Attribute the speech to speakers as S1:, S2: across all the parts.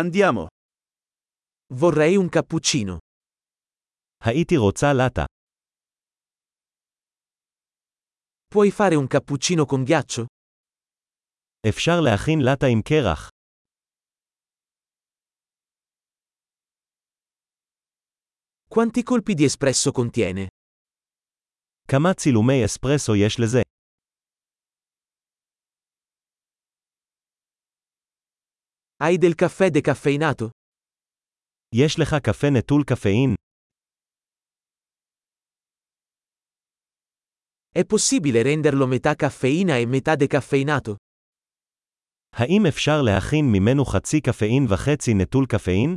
S1: Andiamo. Vorrei un cappuccino.
S2: הייתי רוצה לטה.
S1: Puoi fare un cappuccino con ghiaccio?
S2: אפשר להכין לטה עם קרח.
S1: Quanti colpi di espresso contiene?
S2: כמה צילומי אספרסו יש לזה?
S1: Hai del caffè decaffeinato?
S2: יש לך קפה נטול קפאין?
S1: È possibile renderlo metà caffeina e metà decaffeinato?
S2: האם אפשר להכין ממנו חצי קפאין וחצי נטול קפאין?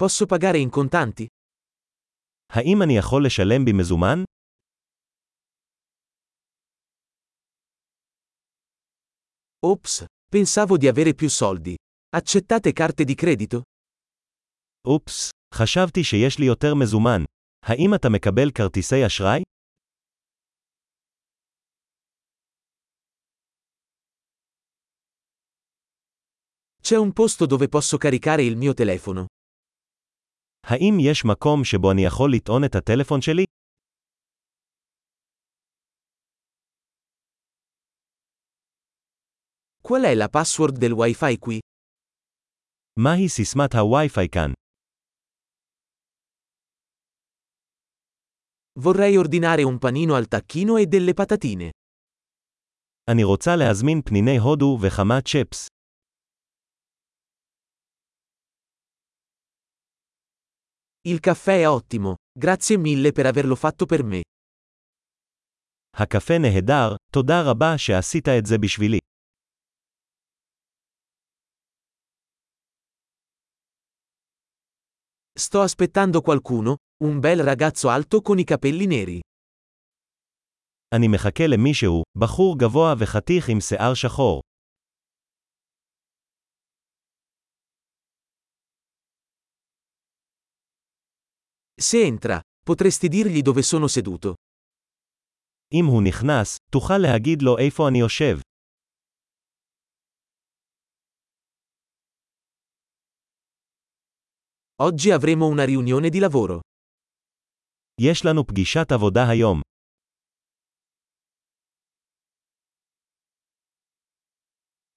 S1: Posso pagare in contanti?
S2: האם אני יכול לשלם במזומן?
S1: Ops, pensavo di avere più soldi. Accettate carte di credito?
S2: אופס, חשבתי שיש לי יותר מזומן. האם אתה מקבל כרטיסי אשראי?
S1: C'è un posto dove posso caricare il mio telefono.
S2: האם יש מקום שבו אני יכול לטעון את הטלפון שלי?
S1: Qual è la password del wifi qui?
S2: מהי סיסמת הווי-פיי כאן?
S1: Vorrei ordinare un panino al tacchino e delle patatine.
S2: אני רוצה להזמין פניני הודו וכמה צ'פס.
S1: Il caffè è ottimo, grazie mille per averlo fatto per me.
S2: הקפה נהדר, תודה רבה שעשית את זה בשבילי.
S1: Sto aspettando qualcuno, un bel ragazzo alto con i capelli neri.
S2: אני מחכה למישהו, בחור גבוה וחתיך עם שיער שחור.
S1: Se entra, potresti dirgli dove sono seduto.
S2: אם הוא נכנס, תוכל להגיד לו איפה אני יושב.
S1: Oggi avremo una riunione di lavoro.
S2: יש לנו פגישת עבודה היום.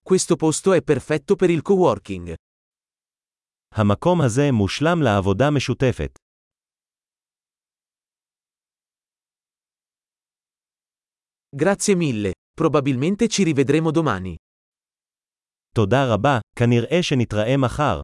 S1: Questo posto è perfetto per il coworking.
S2: המקום הזה מושלם לעבודה משותפת.
S1: Grazie mille, probabilmente ci rivedremo domani.
S2: תודה רבה, כנראה שנתראה מחר.